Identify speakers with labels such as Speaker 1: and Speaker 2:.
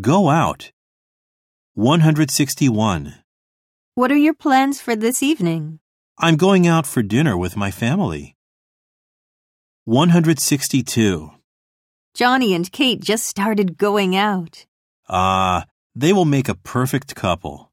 Speaker 1: Go out. 161.
Speaker 2: What are your plans for this evening?
Speaker 1: I'm going out for dinner with my family. 162.
Speaker 2: Johnny and Kate just started going out.
Speaker 1: Ah, they will make a perfect couple.